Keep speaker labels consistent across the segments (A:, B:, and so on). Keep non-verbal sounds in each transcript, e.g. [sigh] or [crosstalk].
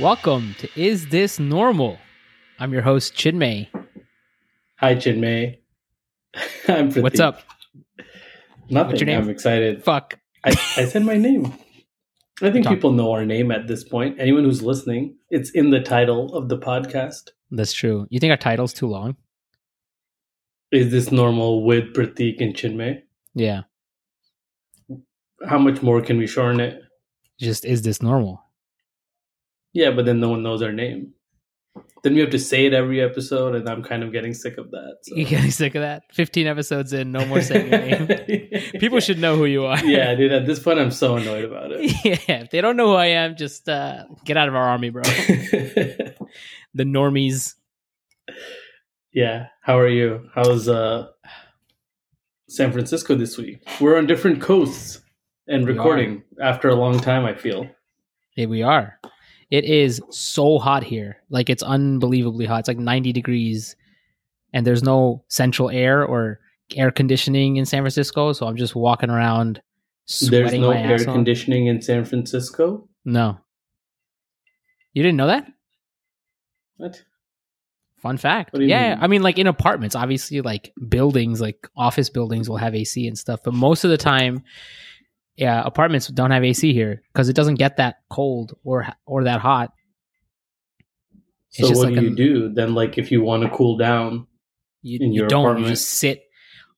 A: Welcome to Is This Normal? I'm your host, Chinmay.
B: Hi, Chinmay. [laughs] I'm Pratik.
A: What's up?
B: Nothing.
A: What's your name?
B: I'm excited.
A: Fuck.
B: I, I said my name. I think
A: Talk.
B: people know our name at this point. Anyone who's listening, it's in the title of the podcast.
A: That's true. You think our title's too long?
B: Is this normal with Pratik and Chinmay?
A: Yeah.
B: How much more can we shorten it?
A: Just Is This Normal?
B: Yeah, but then no one knows our name. Then we have to say it every episode, and I'm kind of getting sick of that. so.
A: You getting sick of that? 15 episodes in, no more saying your name.
B: [laughs]
A: People should know who you are.
B: Yeah, dude. At this point, I'm so annoyed about it.
A: [laughs] yeah. If they don't know who I am, just uh, get out of our army, bro. [laughs] the normies.
B: yeah. How are you? How's uh San Francisco this week? We're on different coasts and
A: We are.
B: recording after a long time, I feel.
A: Here we are. It is so hot here. Like it's unbelievably hot. It's like 90 degrees and there's no central air or air conditioning in San Francisco, so I'm just walking around sweating
B: There's no
A: my
B: air
A: ass off.
B: conditioning in San Francisco.
A: No. You didn't know that?
B: What?
A: Fun fact.
B: What do you
A: yeah,
B: mean?
A: I mean like in apartments, obviously like buildings, like office buildings will have AC and stuff, but most of the time yeah, apartments don't have AC here cuz it doesn't get that cold or or that hot. It's
B: So
A: just
B: what
A: like
B: do you
A: an-
B: do then? Like if you want to cool down,
A: You,
B: in
A: you
B: your
A: don't. You
B: apartment.
A: just sit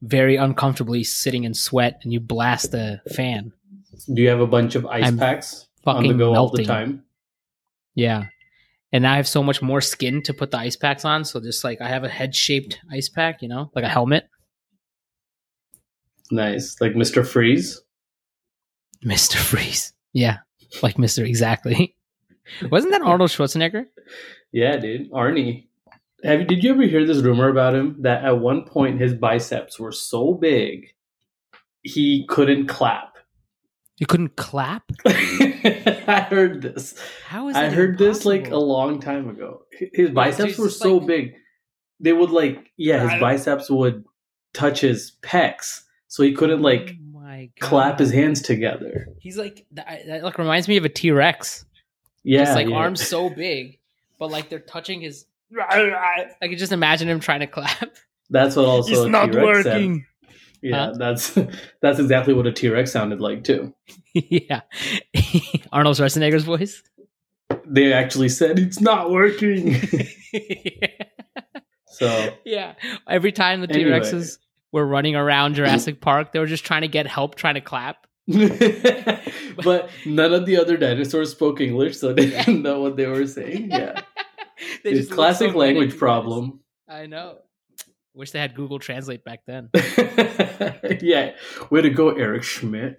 A: very uncomfortably, sitting in sweat, and you blast the fan.
B: do you have a bunch of ice
A: I'm
B: packs on the
A: Fucking
B: go all the
A: melting.
B: time?
A: Yeah. And now I have so much more skin to put the ice packs on. So just like I have a head shaped ice pack, you know, like a helmet. [laughs]
B: Nice, like Mister Freeze.
A: Mr. Freeze. Yeah. Like Mr. Exactly. [laughs] Wasn't that Arnold Schwarzenegger?
B: Yeah, dude, Arnie. Have you, did you ever hear this rumor about him that at one point his biceps were so big he couldn't clap?
A: You couldn't clap?
B: [laughs] I heard this.
A: How is
B: I
A: that
B: heard this like a
A: impossible?
B: long time ago. H- His biceps
A: it's
B: were
A: just
B: so
A: like-
B: big, they would like yeah,
A: I-
B: his biceps would touch his pecs, so he couldn't like
A: Oh my God.
B: clap his hands together.
A: He's like, that, that like reminds me of a T Rex.
B: Yeah,
A: just like
B: yeah.
A: arms so big, but like they're touching [laughs] his. I could just imagine him trying to clap.
B: That's what [laughs] also a T-Rex said. Yeah,
A: Huh?
B: that's [laughs] that's exactly what a T Rex sounded like too.
A: [laughs] yeah, [laughs] Arnold Schwarzenegger's voice. [laughs]
B: they actually said it's not working. so [laughs]
A: yeah. Every time the T
B: Anyway.
A: Rexes were running around Jurassic Park, they were just trying to get help, trying to clap.
B: but none of the other dinosaurs spoke English, so they didn't know what they were saying. Yeah.
A: [laughs] They
B: it's
A: looked
B: classic
A: so
B: language
A: ridiculous.
B: problem.
A: I know. Wish they had Google Translate back then.
B: [laughs] yeah. Way to go,
A: [laughs]
B: Eric Schmidt.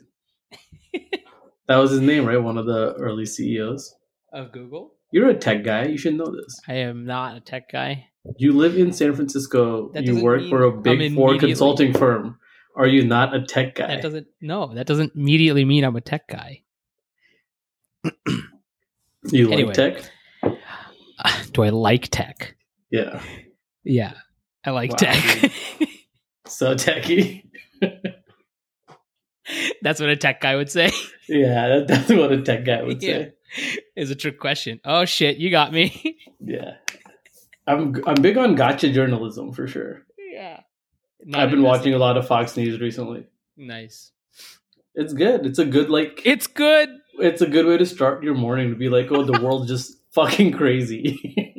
B: that was his name, right? One of the early CEOs.
A: Of Google,
B: You're a tech guy. You should know this.
A: I am not a tech guy.
B: You live in San Francisco.
A: That
B: you
A: doesn't
B: work
A: mean
B: for a
A: I'm
B: big four
A: immediately-
B: consulting firm. Are you not a tech guy?
A: That doesn't no. That doesn't immediately mean I'm a tech guy. [sighs]
B: you like
A: Anyway.
B: tech?
A: Uh, do I like tech?
B: Yeah.
A: Yeah, I like
B: Wow,
A: tech.
B: So techie.
A: [laughs]
B: [laughs]
A: That's what a tech guy would say.
B: Yeah, that, that's what a tech guy would
A: Yeah.
B: say.
A: Is a trick question. Oh shit, you got me. [laughs]
B: Yeah. I'm I'm big on gotcha journalism for sure.
A: yeah,
B: I've been watching a lot of Fox News recently.
A: Nice.
B: It's good. It's a good like
A: It's good.
B: it's a good way to start your morning to be like, "Oh, the world's
A: [laughs]
B: just fucking crazy."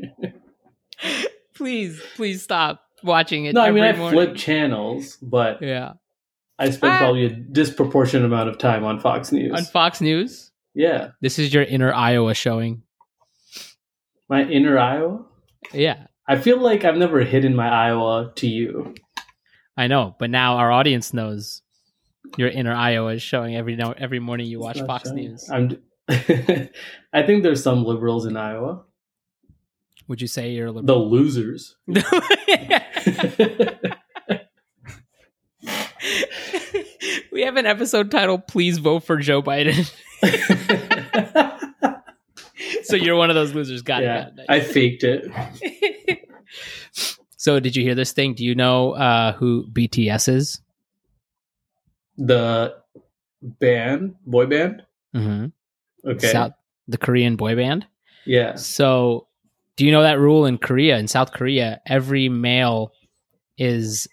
A: Please, please stop watching it.
B: no, I mean I
A: every morning.
B: flip channels, but
A: Yeah,
B: I spend
A: Ah.
B: probably a disproportionate amount of time on Fox News.
A: on Fox News.
B: yeah.
A: This is your inner Iowa showing.
B: My inner Iowa.
A: Yeah,
B: I feel like I've never hidden my Iowa to you.
A: I know. But now our audience knows your inner Iowa is showing every now every morning you watch
B: It's not
A: Fox
B: showing.
A: News.
B: I'm [laughs] I think there's some liberals in Iowa.
A: Would you say you're a liberal?
B: the losers. [laughs]
A: [laughs] [laughs] we have an episode titled "Please Vote for Joe Biden." [laughs]
B: yeah,
A: so you're one of those losers. Got it. Got
B: I
A: it.
B: faked it.
A: so did you hear this thing? Do you know uh, who BTS is?
B: The band, boy band. Okay,
A: South, the Korean boy band.
B: Yeah.
A: So, do you know that rule in Korea, in South Korea, every male is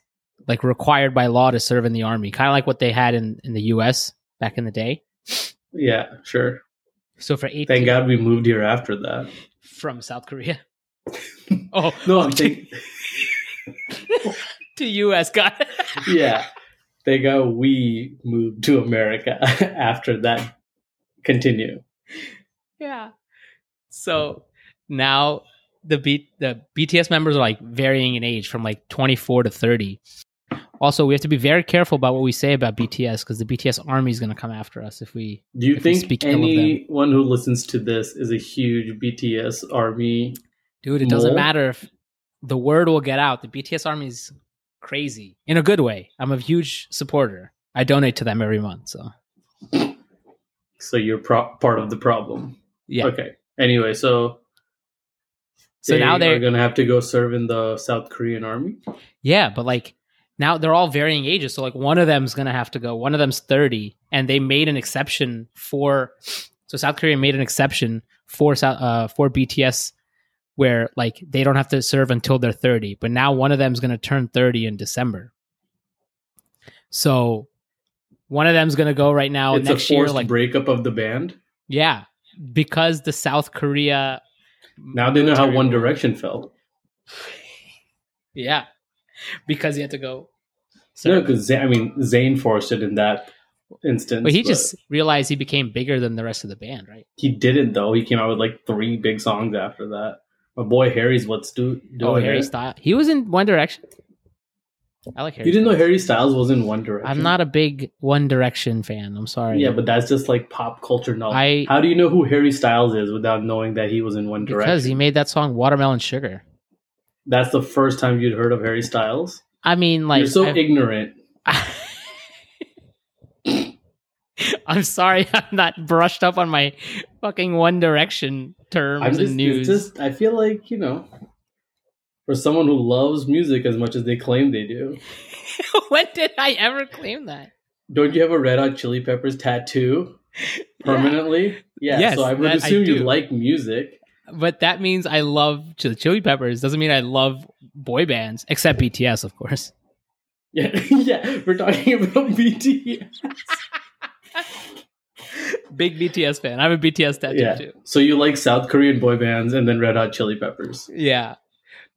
A: like required by law to serve in the army, kind of like what they had in, in the US back in the day.
B: Yeah. Sure.
A: So for 18
B: Thank God we moved here after that.
A: from South Korea. [laughs] oh,
B: No, I'm think-
A: to US guy.
B: yeah. [laughs] Thank God we moved to America [laughs] after that. Continue.
A: yeah. So now the B- the BTS members are like varying in age from like 24 to 30. Also, we have to be very careful about what we say about BTS because the BTS army is going to come after us if we
B: Do you
A: If we
B: think
A: speak ill of them.
B: anyone who listens to this is a huge BTS army?
A: Dude, it doesn't
B: Mole?
A: matter if the word will get out. The BTS army's crazy in a good way. I'm a huge supporter. I donate to them every month. So
B: So you're pro- part of the problem.
A: yeah.
B: Okay. Anyway, so
A: So now
B: they are
A: they're
B: going to have to go serve in the South Korean army.
A: yeah, but like now they're all varying ages. So like one of them's gonna have to go. One of them's 30, and they made an exception for. So South Korea made an exception for South uh, for BTS where like they don't have to serve until they're 30 but now one of them's going to turn 30 in december so one of them's going to go right now
B: it's a
A: next
B: forced
A: year like
B: breakup of the band.
A: Yeah, because the South Korea.
B: Now they know how
A: military
B: One
A: rule-
B: Direction felt.
A: Yeah, because he had to go.
B: No,
A: serve.
B: because I mean Zayn forced it in that instance.
A: but he just realized he became bigger than the rest of the band, right?
B: he didn't though. He came out with like three big songs after that. My boy Harry's what's do doing
A: Oh, Harry
B: it.
A: Styles. He was in One Direction. I like Harry.
B: You didn't know
A: Styles.
B: Harry Styles was in One Direction.
A: I'm not a big One Direction fan. I'm sorry.
B: Yeah, but that's just like pop culture knowledge.
A: I-
B: How do you know who Harry Styles is without knowing that he was in One
A: because
B: Direction?
A: he made that song "Watermelon Sugar."
B: That's the first time you'd heard of Harry Styles.
A: I mean, like
B: You're so
A: I've-
B: ignorant.
A: [laughs] I'm sorry, [laughs] I'm not brushed up on my fucking One Direction terms
B: I'm just,
A: and news.
B: it's just I feel like, you know, for someone who loves music as much as they claim they do,
A: [laughs] when did I ever claim that?
B: don't you have a red hot chili peppers
A: [laughs]
B: tattoo permanently? Yeah,
A: Yes,
B: so I would
A: that I
B: assume you
A: do.
B: like music.
A: But that means I love Chili, Chili Peppers. Doesn't mean I love boy bands, except BTS, of course. [laughs]
B: Yeah, [laughs] yeah, we're talking about [laughs] BTS.
A: Big BTS fan. I have a BTS tattoo
B: Yeah.
A: too.
B: So you like South Korean boy bands and then red hot chili peppers.
A: Yeah.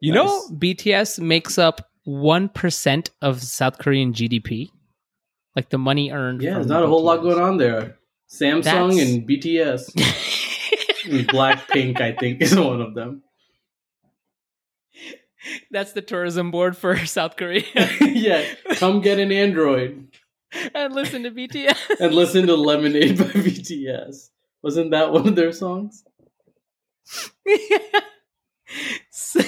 A: You know, BTS makes up 1% of South Korean GDP. Like the money earned.
B: Yeah, there's not a whole lot going on there. Samsung
A: That's-
B: and BTS. [laughs] and Blackpink, I think, is one of them.
A: [laughs] That's the tourism board for [laughs] South
B: [laughs]
A: Korea.
B: [laughs] yeah, come get an Android
A: and listen to BTS. [laughs]
B: and listen to Lemonade by [laughs] BTS. Wasn't that one of their songs? [laughs]
A: S-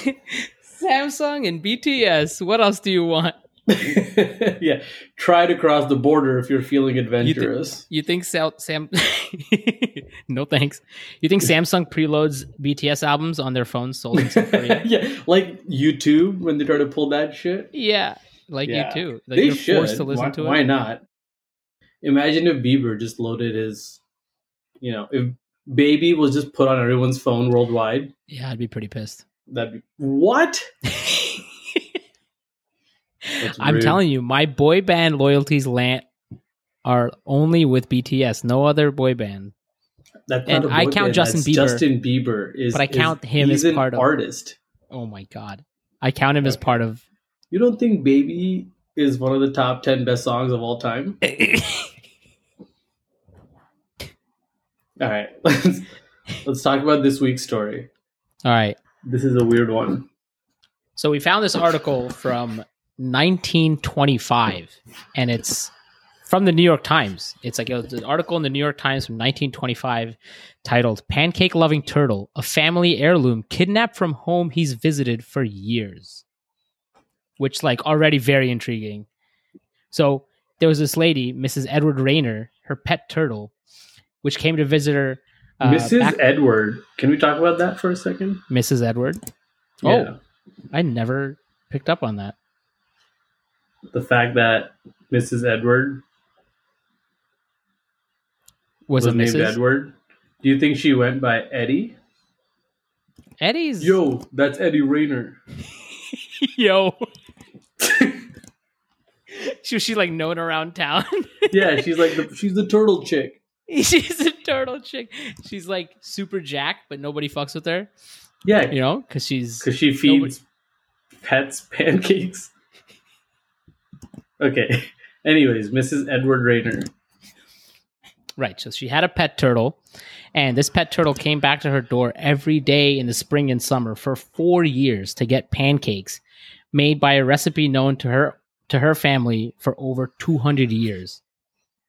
A: Samsung and BTS. What else do you want?
B: yeah, try to cross the border if you're feeling adventurous.
A: You think Sal- Sam? [laughs] no thanks. You think Samsung preloads BTS albums on their phones sold in South Korea?
B: [laughs] yeah, like YouTube when they try to pull that shit.
A: yeah, like
B: Yeah.
A: you too. Like
B: they
A: you're
B: should.
A: forced to listen
B: why,
A: to it.
B: why not? Imagine if Bieber just loaded his, you know, if Baby was just put on everyone's phone worldwide.
A: Yeah, I'd be pretty
B: [laughs]
A: pissed.
B: That'd be what?
A: I'm telling you, my boy band loyalties land are only with BTS. No other boy band.
B: That's
A: And
B: not a
A: I
B: boy
A: count
B: band,
A: Justin
B: that's
A: Bieber.
B: Justin Bieber is,
A: But I count
B: is,
A: him
B: he's
A: as
B: an
A: part of-
B: artist.
A: Oh my god, I count him as part
B: [laughs]
A: of.
B: You don't think "Baby" is one of the top ten best songs of all time? All right, [laughs] let's let's talk about this week's story.
A: All right.
B: This is a weird one.
A: So we found this article from 1925, and it's from the New York Times. It's like an article in the New York Times from 1925 titled Pancake Loving Turtle, a family heirloom kidnapped from home he's visited for years. Which, like, already very intriguing. So there was this lady, Mrs. Edward Rayner, her pet turtle, which came to visit her. uh,
B: Mrs.
A: back-
B: Edward, can we talk about that for a second?
A: Mrs. Edward. Oh,
B: Yeah.
A: I never picked up on that.
B: the fact that Mrs. Edward
A: Was,
B: was,
A: it
B: named
A: Mrs.
B: Edward. Do you think she went by Eddie?
A: Eddie's
B: Yo, that's Eddie Rayner.
A: [laughs] yo. she she's like known around town. [laughs]
B: yeah, she's like the, she's the turtle chick.
A: she's a turtle chick. She's like super jack, but nobody fucks with her.
B: Yeah,
A: You know, because
B: [laughs]
A: she's
B: because she feeds pets pancakes. Okay. Anyways, Mrs. Edward Rayner.
A: right. So she had a pet turtle, and this pet turtle came back to her door every day in the spring and summer for four years to get pancakes made by a recipe known to her to her family for over two hundred years.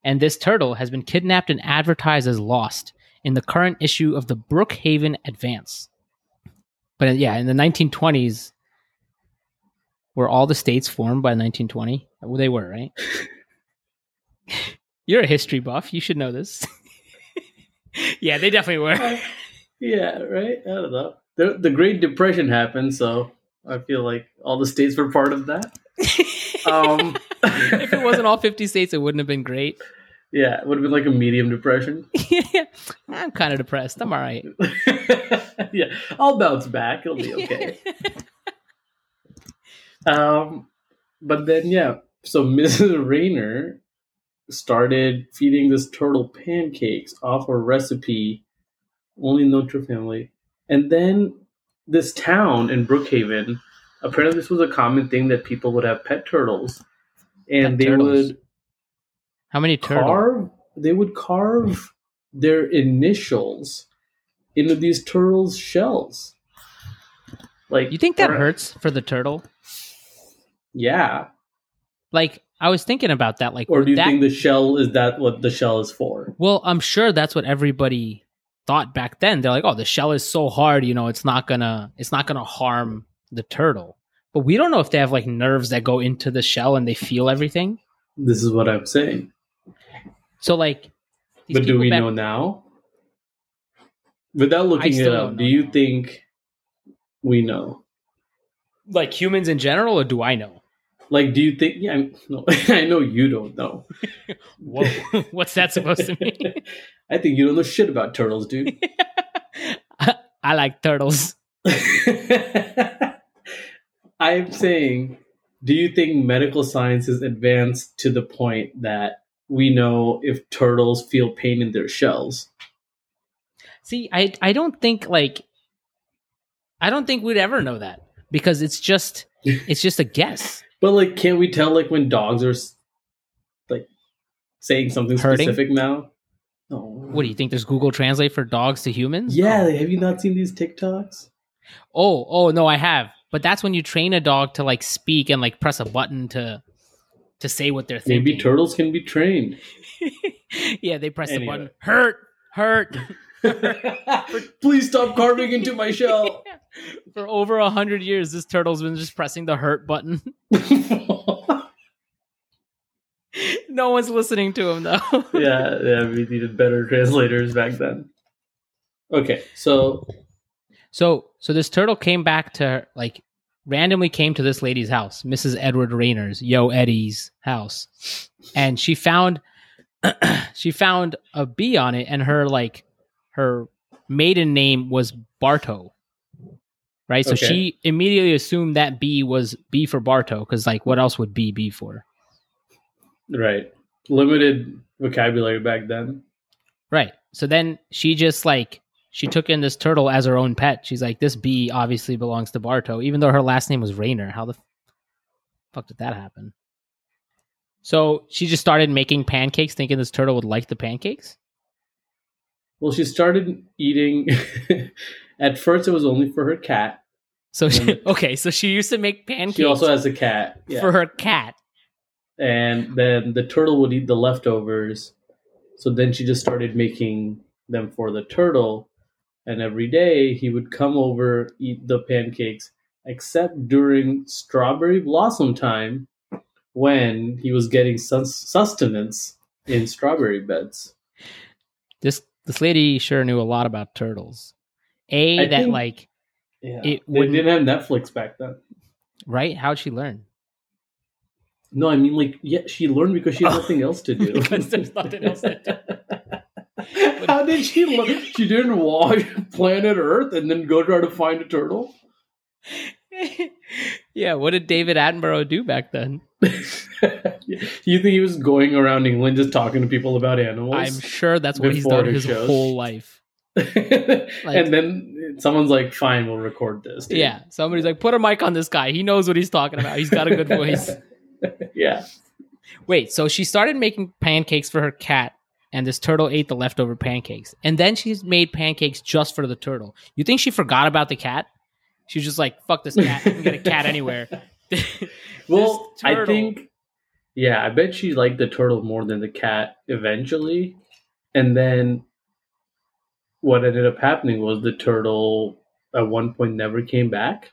A: And this turtle has been kidnapped and advertised as lost in the current issue of the Brookhaven Advance. But uh, yeah, in the 1920s, were all the states formed by 1920? Well, they were, right? [laughs] You're a history buff. You should know this. [laughs] yeah, they definitely were. [laughs]
B: Yeah, right? I don't know. The, the Great Depression happened, so I feel like all the states were part of that. Um, [laughs]
A: if it wasn't all 50 states, it wouldn't have been great. [laughs]
B: yeah, it would have been like a medium depression. [laughs]
A: I'm kind of depressed. I'm all right.
B: yeah, I'll bounce back. [laughs]
A: [laughs]
B: It'll be okay. um, but then, yeah, so [laughs] Mrs. Rayner started feeding this turtle pancakes off a recipe only known to her family. And then this town in Brookhaven, apparently, this was a common thing that people would have pet turtles.
A: Pet
B: And they
A: turtles.
B: would
A: How many turtles?
B: carve they would carve their initials into these turtles' shells. Like
A: You think that
B: or-
A: hurts for the turtle?
B: Yeah.
A: Like, I was thinking about that. Like,
B: Or do you
A: that,
B: think the shell is that what the shell is for?
A: Well, I'm sure that's what everybody thought back then. They're like, "Oh, the shell is so hard, you know, it's not gonna, it's not gonna harm the turtle." But we don't know if they have like nerves that go into the shell and they feel everything.
B: This is what I'm saying.
A: So, like, these
B: but do
A: people
B: we
A: back-
B: know now? Without looking it
A: still
B: up,
A: don't
B: do
A: know
B: you
A: now.
B: think we know?
A: like humans in general, or do I know?
B: Like, do you think? Yeah, I, no, [laughs] I know you don't know.
A: Whoa,
B: [laughs]
A: what's that supposed to mean?
B: I think you don't know shit about turtles, dude.
A: [laughs]
B: [laughs]
A: I like turtles.
B: I'm saying, do you think medical science has advanced to the point that we know if turtles feel pain in their shells?
A: See, I I don't think like I don't think we'd ever know that because it's just
B: [laughs]
A: it's just a guess.
B: But like, can't we tell like when dogs are s- like saying something
A: Hurting?
B: specific now? No. What
A: What do you think? There's Google Translate for dogs to humans?
B: Yeah, like, have you not seen these TikToks?
A: Oh, oh no, I have. But that's when you train a dog to like speak and like press a button to to say what they're thinking.
B: Maybe turtles can be trained.
A: [laughs] yeah, they press
B: Anyway.
A: the button. Hurt, hurt [laughs]
B: Please stop carving into
A: [laughs]
B: my shell.
A: for over a hundred years. This turtle's been just pressing the hurt button. [laughs] no one's listening to him though. [laughs]
B: yeah, yeah, we needed better translators back then. Okay, so
A: So so this turtle came back to like randomly came to this lady's house, Mrs. Edward Rayner's, Yo Eddie's house. And she found [clears throat] she found a bee on it and her like her maiden name was Barto. Right? So
B: Okay.
A: she immediately assumed that bee was B for Barto cuz like what else would B be for?
B: right, limited vocabulary back then.
A: Right. So then she just like she took in this turtle as her own pet. She's like, this bee obviously belongs to Barto, even though her last name was Rayner. How the f- fuck did that happen? So she just started making pancakes, thinking this turtle would like the pancakes.
B: Well, she started eating. [laughs] At first, it was only for her cat.
A: So she, [laughs]
B: Mhm.
A: okay, so she used to make pancakes
B: She also has a cat, yeah.
A: for her cat.
B: and then the turtle would eat the leftovers. So then she just started making them for the turtle, and every day he would come over, eat the pancakes, except during strawberry blossom time when he was getting sus- sustenance in strawberry beds.
A: This this lady sure knew a lot about turtles. A
B: I
A: that
B: think-
A: like
B: Yeah.
A: It
B: they
A: wouldn't-
B: didn't have Netflix back then.
A: right? How'd she
B: [laughs]
A: learn?
B: No, I mean like yeah, she learned because she had
A: Oh. [laughs]
B: nothing else to do.
A: Because there's nothing else to
B: do. [laughs] How did she look? She didn't watch [laughs] Planet Earth and then go try to find
A: [laughs]
B: a turtle.
A: yeah, what did David Attenborough do back then?
B: you think he was going around England just talking to people about animals?
A: I'm
B: [laughs]
A: sure that's what he's
B: Before
A: done
B: the
A: his
B: shows.
A: whole life. Like-
B: and then someone's like, "Fine, we'll record this." dude."
A: Yeah, somebody's like, put a mic on this guy. He knows what he's talking about. He's got a
B: [laughs]
A: good voice.
B: yeah.
A: Wait, so she started making pancakes for her cat, and this turtle ate the leftover pancakes. And then she's made pancakes just for the turtle. You think she forgot about the cat? She's just like, fuck this cat. I can get a cat
B: [laughs]
A: anywhere.
B: Well,
A: This
B: I
A: turtle.
B: think, yeah, I bet she liked the turtle more than the cat eventually. And then what ended up happening was the turtle at one point never came back.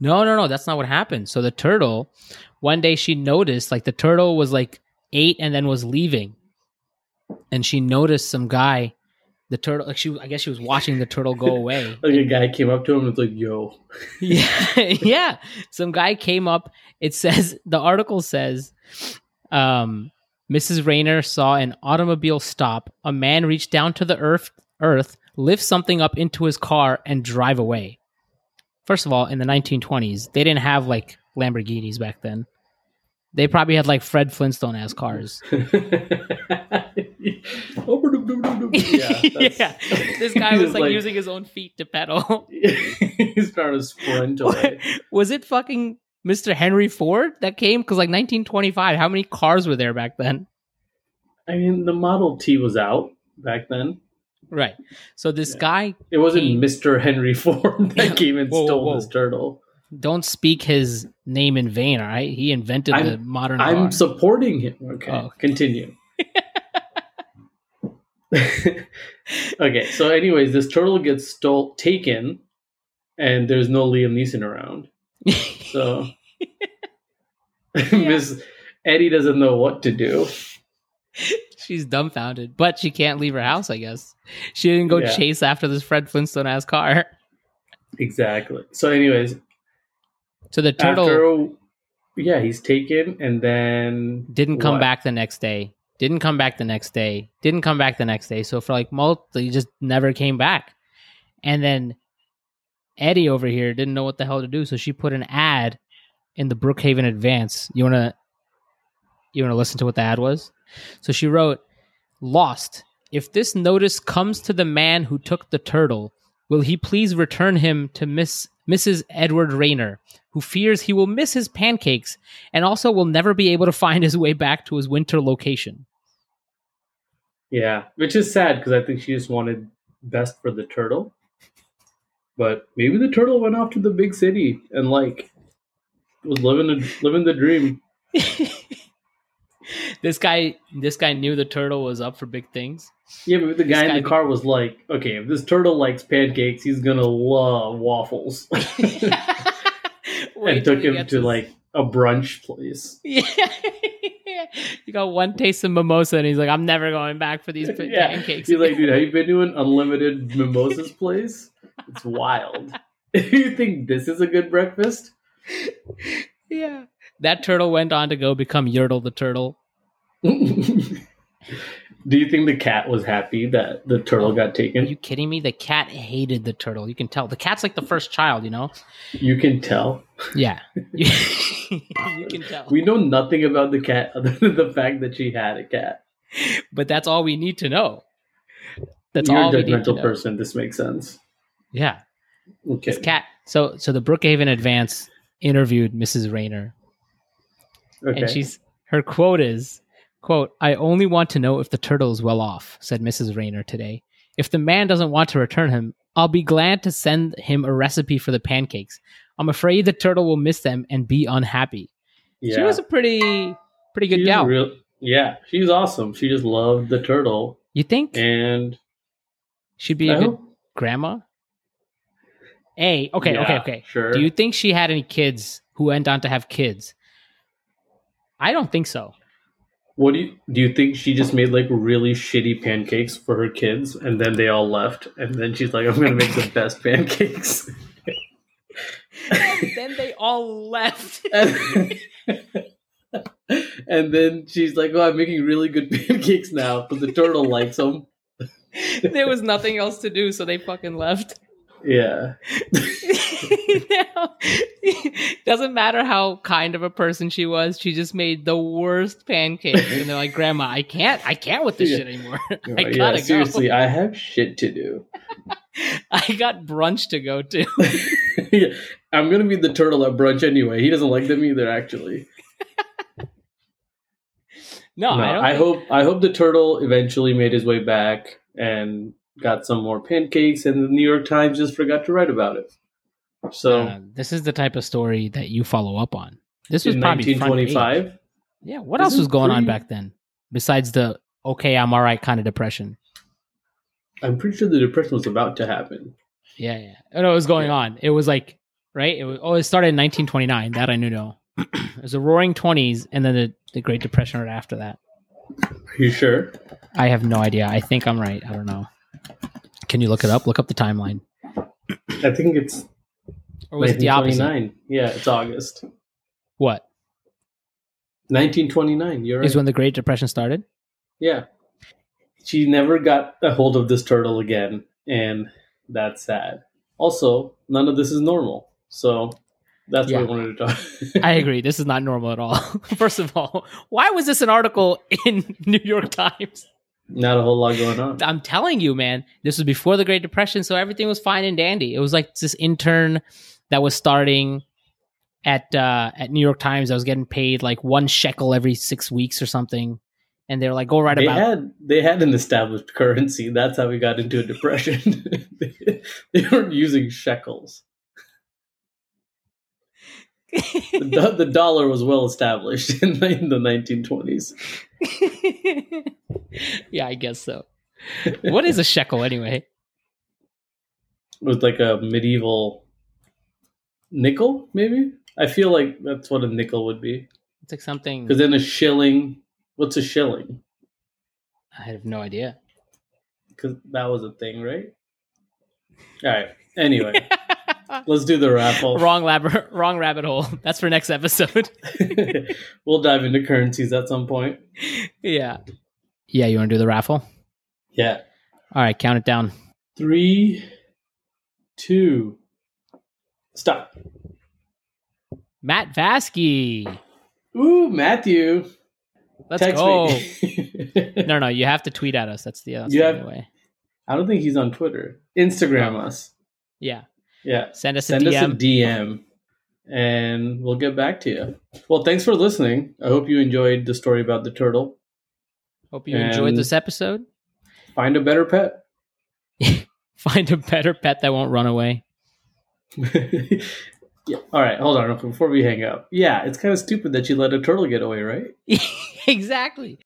A: No, no, no. That's not what happened. So the turtle, one day she noticed like the turtle was like ate and then was leaving, and she noticed some guy. The turtle, like she, I guess she was watching the turtle go away.
B: Like a guy came up to him and was like,
A: [laughs]
B: yo. Oh,
A: yeah, yeah. Some guy came up. It says [laughs] the article says, um, Mrs. Rayner saw an automobile stop. A man reached down to the earth, earth, lift something up into his car, and drive away. First of all, in the 1920s, they didn't have like Lamborghinis back then. They probably had like Fred Flintstone ass cars. [laughs]
B: yeah, that's- [laughs]
A: yeah. This guy
B: He
A: was like, using his own feet to pedal.
B: [laughs] He's trying to sprint away.
A: was it fucking Mr. Henry Ford that came? Because like 1925, how many cars were there back then?
B: I mean, the Model T was out back then.
A: Right. So this
B: Yeah.
A: guy
B: It wasn't
A: He-
B: Mr. Henry Ford [laughs] that came and
A: Whoa,
B: stole
A: whoa.
B: this turtle.
A: don't speak his name in vain. All right, he invented the modern.
B: I'm
A: car.
B: supporting him. Okay,
A: Oh. [laughs]
B: continue. [laughs] okay, so anyways, this turtle gets stole taken, and there's no Liam Neeson around. So [laughs] Miss Eddie doesn't know what to do.
A: She's dumbfounded, but she can't leave her house. I guess she didn't go
B: Yeah.
A: chase after this Fred Flintstone ass car.
B: Exactly. So anyways,
A: So the turtle
B: after yeah, he's taken, and then
A: didn't come
B: what?
A: back the next day. Didn't come back the next day. Didn't come back the next day. So for like multiple, he just never came back. And then Eddie over here didn't know what the hell to do, so she put an ad in the Brookhaven Advance. You wanna you wanna listen to what the ad was? So she wrote, "Lost. If this notice comes to the man who took the turtle, will he please return him to Miss Mrs. Edward Rayner, who fears he will miss his pancakes and also will never be able to find his way back to his winter location."
B: Yeah, which is sad because I think she just wanted best for the turtle. But maybe the turtle went off to the big city and like was living a, living the dream.
A: This guy, this guy knew the turtle was up for big
B: [laughs]
A: things.
B: Yeah, maybe the guy
A: This
B: in the
A: guy-
B: car was like, "Okay, if this turtle likes pancakes, he's gonna love waffles," [laughs]
A: Wait
B: and took
A: till he
B: him
A: gets
B: to
A: his- [laughs]
B: like a brunch place.
A: Yeah. you got one taste of mimosa, and he's like, "I'm never going back for these
B: [laughs]
A: p-
B: yeah,
A: pancakes."
B: he's like, "Dude, have you been to an unlimited mimosas place? It's wild." [laughs] you think this is a good breakfast?
A: yeah. That turtle went on to go become Yertle the turtle.
B: [laughs] Do you think the cat was happy that the turtle got
A: Are
B: taken?
A: Oh, you
B: You,
A: kidding me? The cat hated the turtle. You can tell. The cat's like the first child, you know.
B: can tell.
A: Yeah, [laughs] you can tell.
B: We know nothing about the cat other than the fact that she had a cat.
A: but that's all we need to know. That's
B: You're
A: all
B: a
A: we need to
B: judgmental
A: know.
B: person. This makes sense.
A: Yeah.
B: Okay.
A: This cat. So so the Brookhaven Advance interviewed Mrs. Rayner,
B: okay.
A: and she's her quote is quote I only want to know if the turtle is well off," said Mrs. Rayner today. "If the man doesn't want to return him, I'll be glad to send him a recipe for the pancakes. I'm afraid the turtle will miss them and be unhappy."
B: yeah.
A: She was a pretty pretty good
B: She's
A: gal.
B: real- yeah, she's awesome. She just loved the turtle,
A: you think
B: and
A: she'd be
B: I
A: a good
B: hope-
A: grandma? A okay okay
B: yeah,
A: okay.
B: Sure.
A: Do you think she had any kids who went on to have kids? I don't
C: [laughs]
A: think so.
B: what do you do? You think she just made like really shitty pancakes for her kids, and then they all left, and then she's like, "I'm gonna make the best pancakes."
A: then they all left.
B: and, [laughs] and then she's like, "Oh, I'm making really good pancakes now because the turtle likes them."
C: [laughs] there was nothing else to do, so they fucking left. [laughs]
B: [laughs] Yeah.
C: Now, [laughs] doesn't matter how kind of a person she was, she just made the worst pancakes. And they're like, Grandma, I can't, I can't with this
B: Yeah.
C: shit anymore. [laughs]
B: Yeah,
C: I gotta go.
B: seriously, I have shit to do.
C: I got brunch to go to.
B: [laughs]
C: [laughs]
B: yeah, I'm gonna be the turtle at brunch anyway. He doesn't like them either, actually.
C: No,
B: No,
C: I don't.
B: I,
C: think-
B: hope I hope the turtle eventually made his way back and got some more pancakes, and the New York Times just forgot to write about it. So
A: Uh, this is the type of story that you follow up on. This was
B: in
A: probably front page.
B: 1925,
A: Yeah. What
B: This
A: else
B: is
A: was going on
B: pretty-
A: back then besides the okay, I'm all right kind of depression?
B: I'm pretty sure the depression was about to happen.
A: Yeah, yeah. Oh, no, it was going on. It was like right. It was. Oh, it started in 1929. That I knew. No, [clears throat] it was the Roaring Twenties, and then the, the Great Depression right after that.
B: Are you sure?
A: I have no idea. I think I'm right. I don't know. Can you look it up? Look up the timeline.
B: I think it's
A: Or was it the opposite?
B: 1929. Yeah, it's August
A: What
B: 1929. You're right.
A: is when the Great Depression started?
B: Yeah. She never got a hold of this turtle again, and that's sad. Also, none of this is normal. So that's
A: Yeah.
B: what I wanted to talk. [laughs]
A: [laughs] I agree. This is not normal at all. [laughs] First of all, why was this an article in [laughs] New York Times?
B: Not a whole lot going on.
A: I'm telling you, man, this was before the Great Depression, so everything was fine and dandy. It was like this intern that was starting at uh, at New York Times. that was getting paid like one shekel every six weeks or something, and they were like, "Go write
B: They
A: about."
B: had they had an established currency. That's how we got into a depression. [laughs] they, they weren't using shekels. The, do- the dollar was well established [laughs] in the, in the 1920s.
A: [laughs] yeah, I guess so. what is a shekel anyway?
B: It was like a medieval nickel, maybe. I feel like that's what a nickel would be.
A: It's like something.
B: Because then a shilling, what's a shilling?
A: I have no idea.
B: Because that was a thing, right? All right.
A: [laughs]
B: Anyway, let's do the raffle.
A: wrong lab, [laughs] wrong rabbit hole. That's for next episode.
B: [laughs]
A: [laughs]
B: we'll dive into currencies at some point.
A: yeah. Yeah, you want to do the raffle?
B: Yeah.
A: All right, count it down.
B: Three, two, stop.
A: Matt Vasky.
B: Ooh, Matthew.
A: Let's
B: text
A: go.
B: me.
A: [laughs] No, no, you have to tweet at us. That's the, that's
B: You
A: the
B: have-
A: only way.
B: [laughs] I don't think he's on Twitter. Instagram us.
A: Yeah.
B: Yeah.
A: Send us a
B: Send us a
A: DM.
B: DM and we'll get back to you. Well, thanks for listening. I hope you enjoyed the story about the turtle.
A: Hope you enjoyed
B: and-
A: this episode. [laughs]
B: Find a better pet. [laughs]
A: Find a better pet that won't run away. [laughs]
B: yeah. All right, hold on before we hang up. Yeah, it's kind of stupid that you let a turtle get away, right?
A: exactly.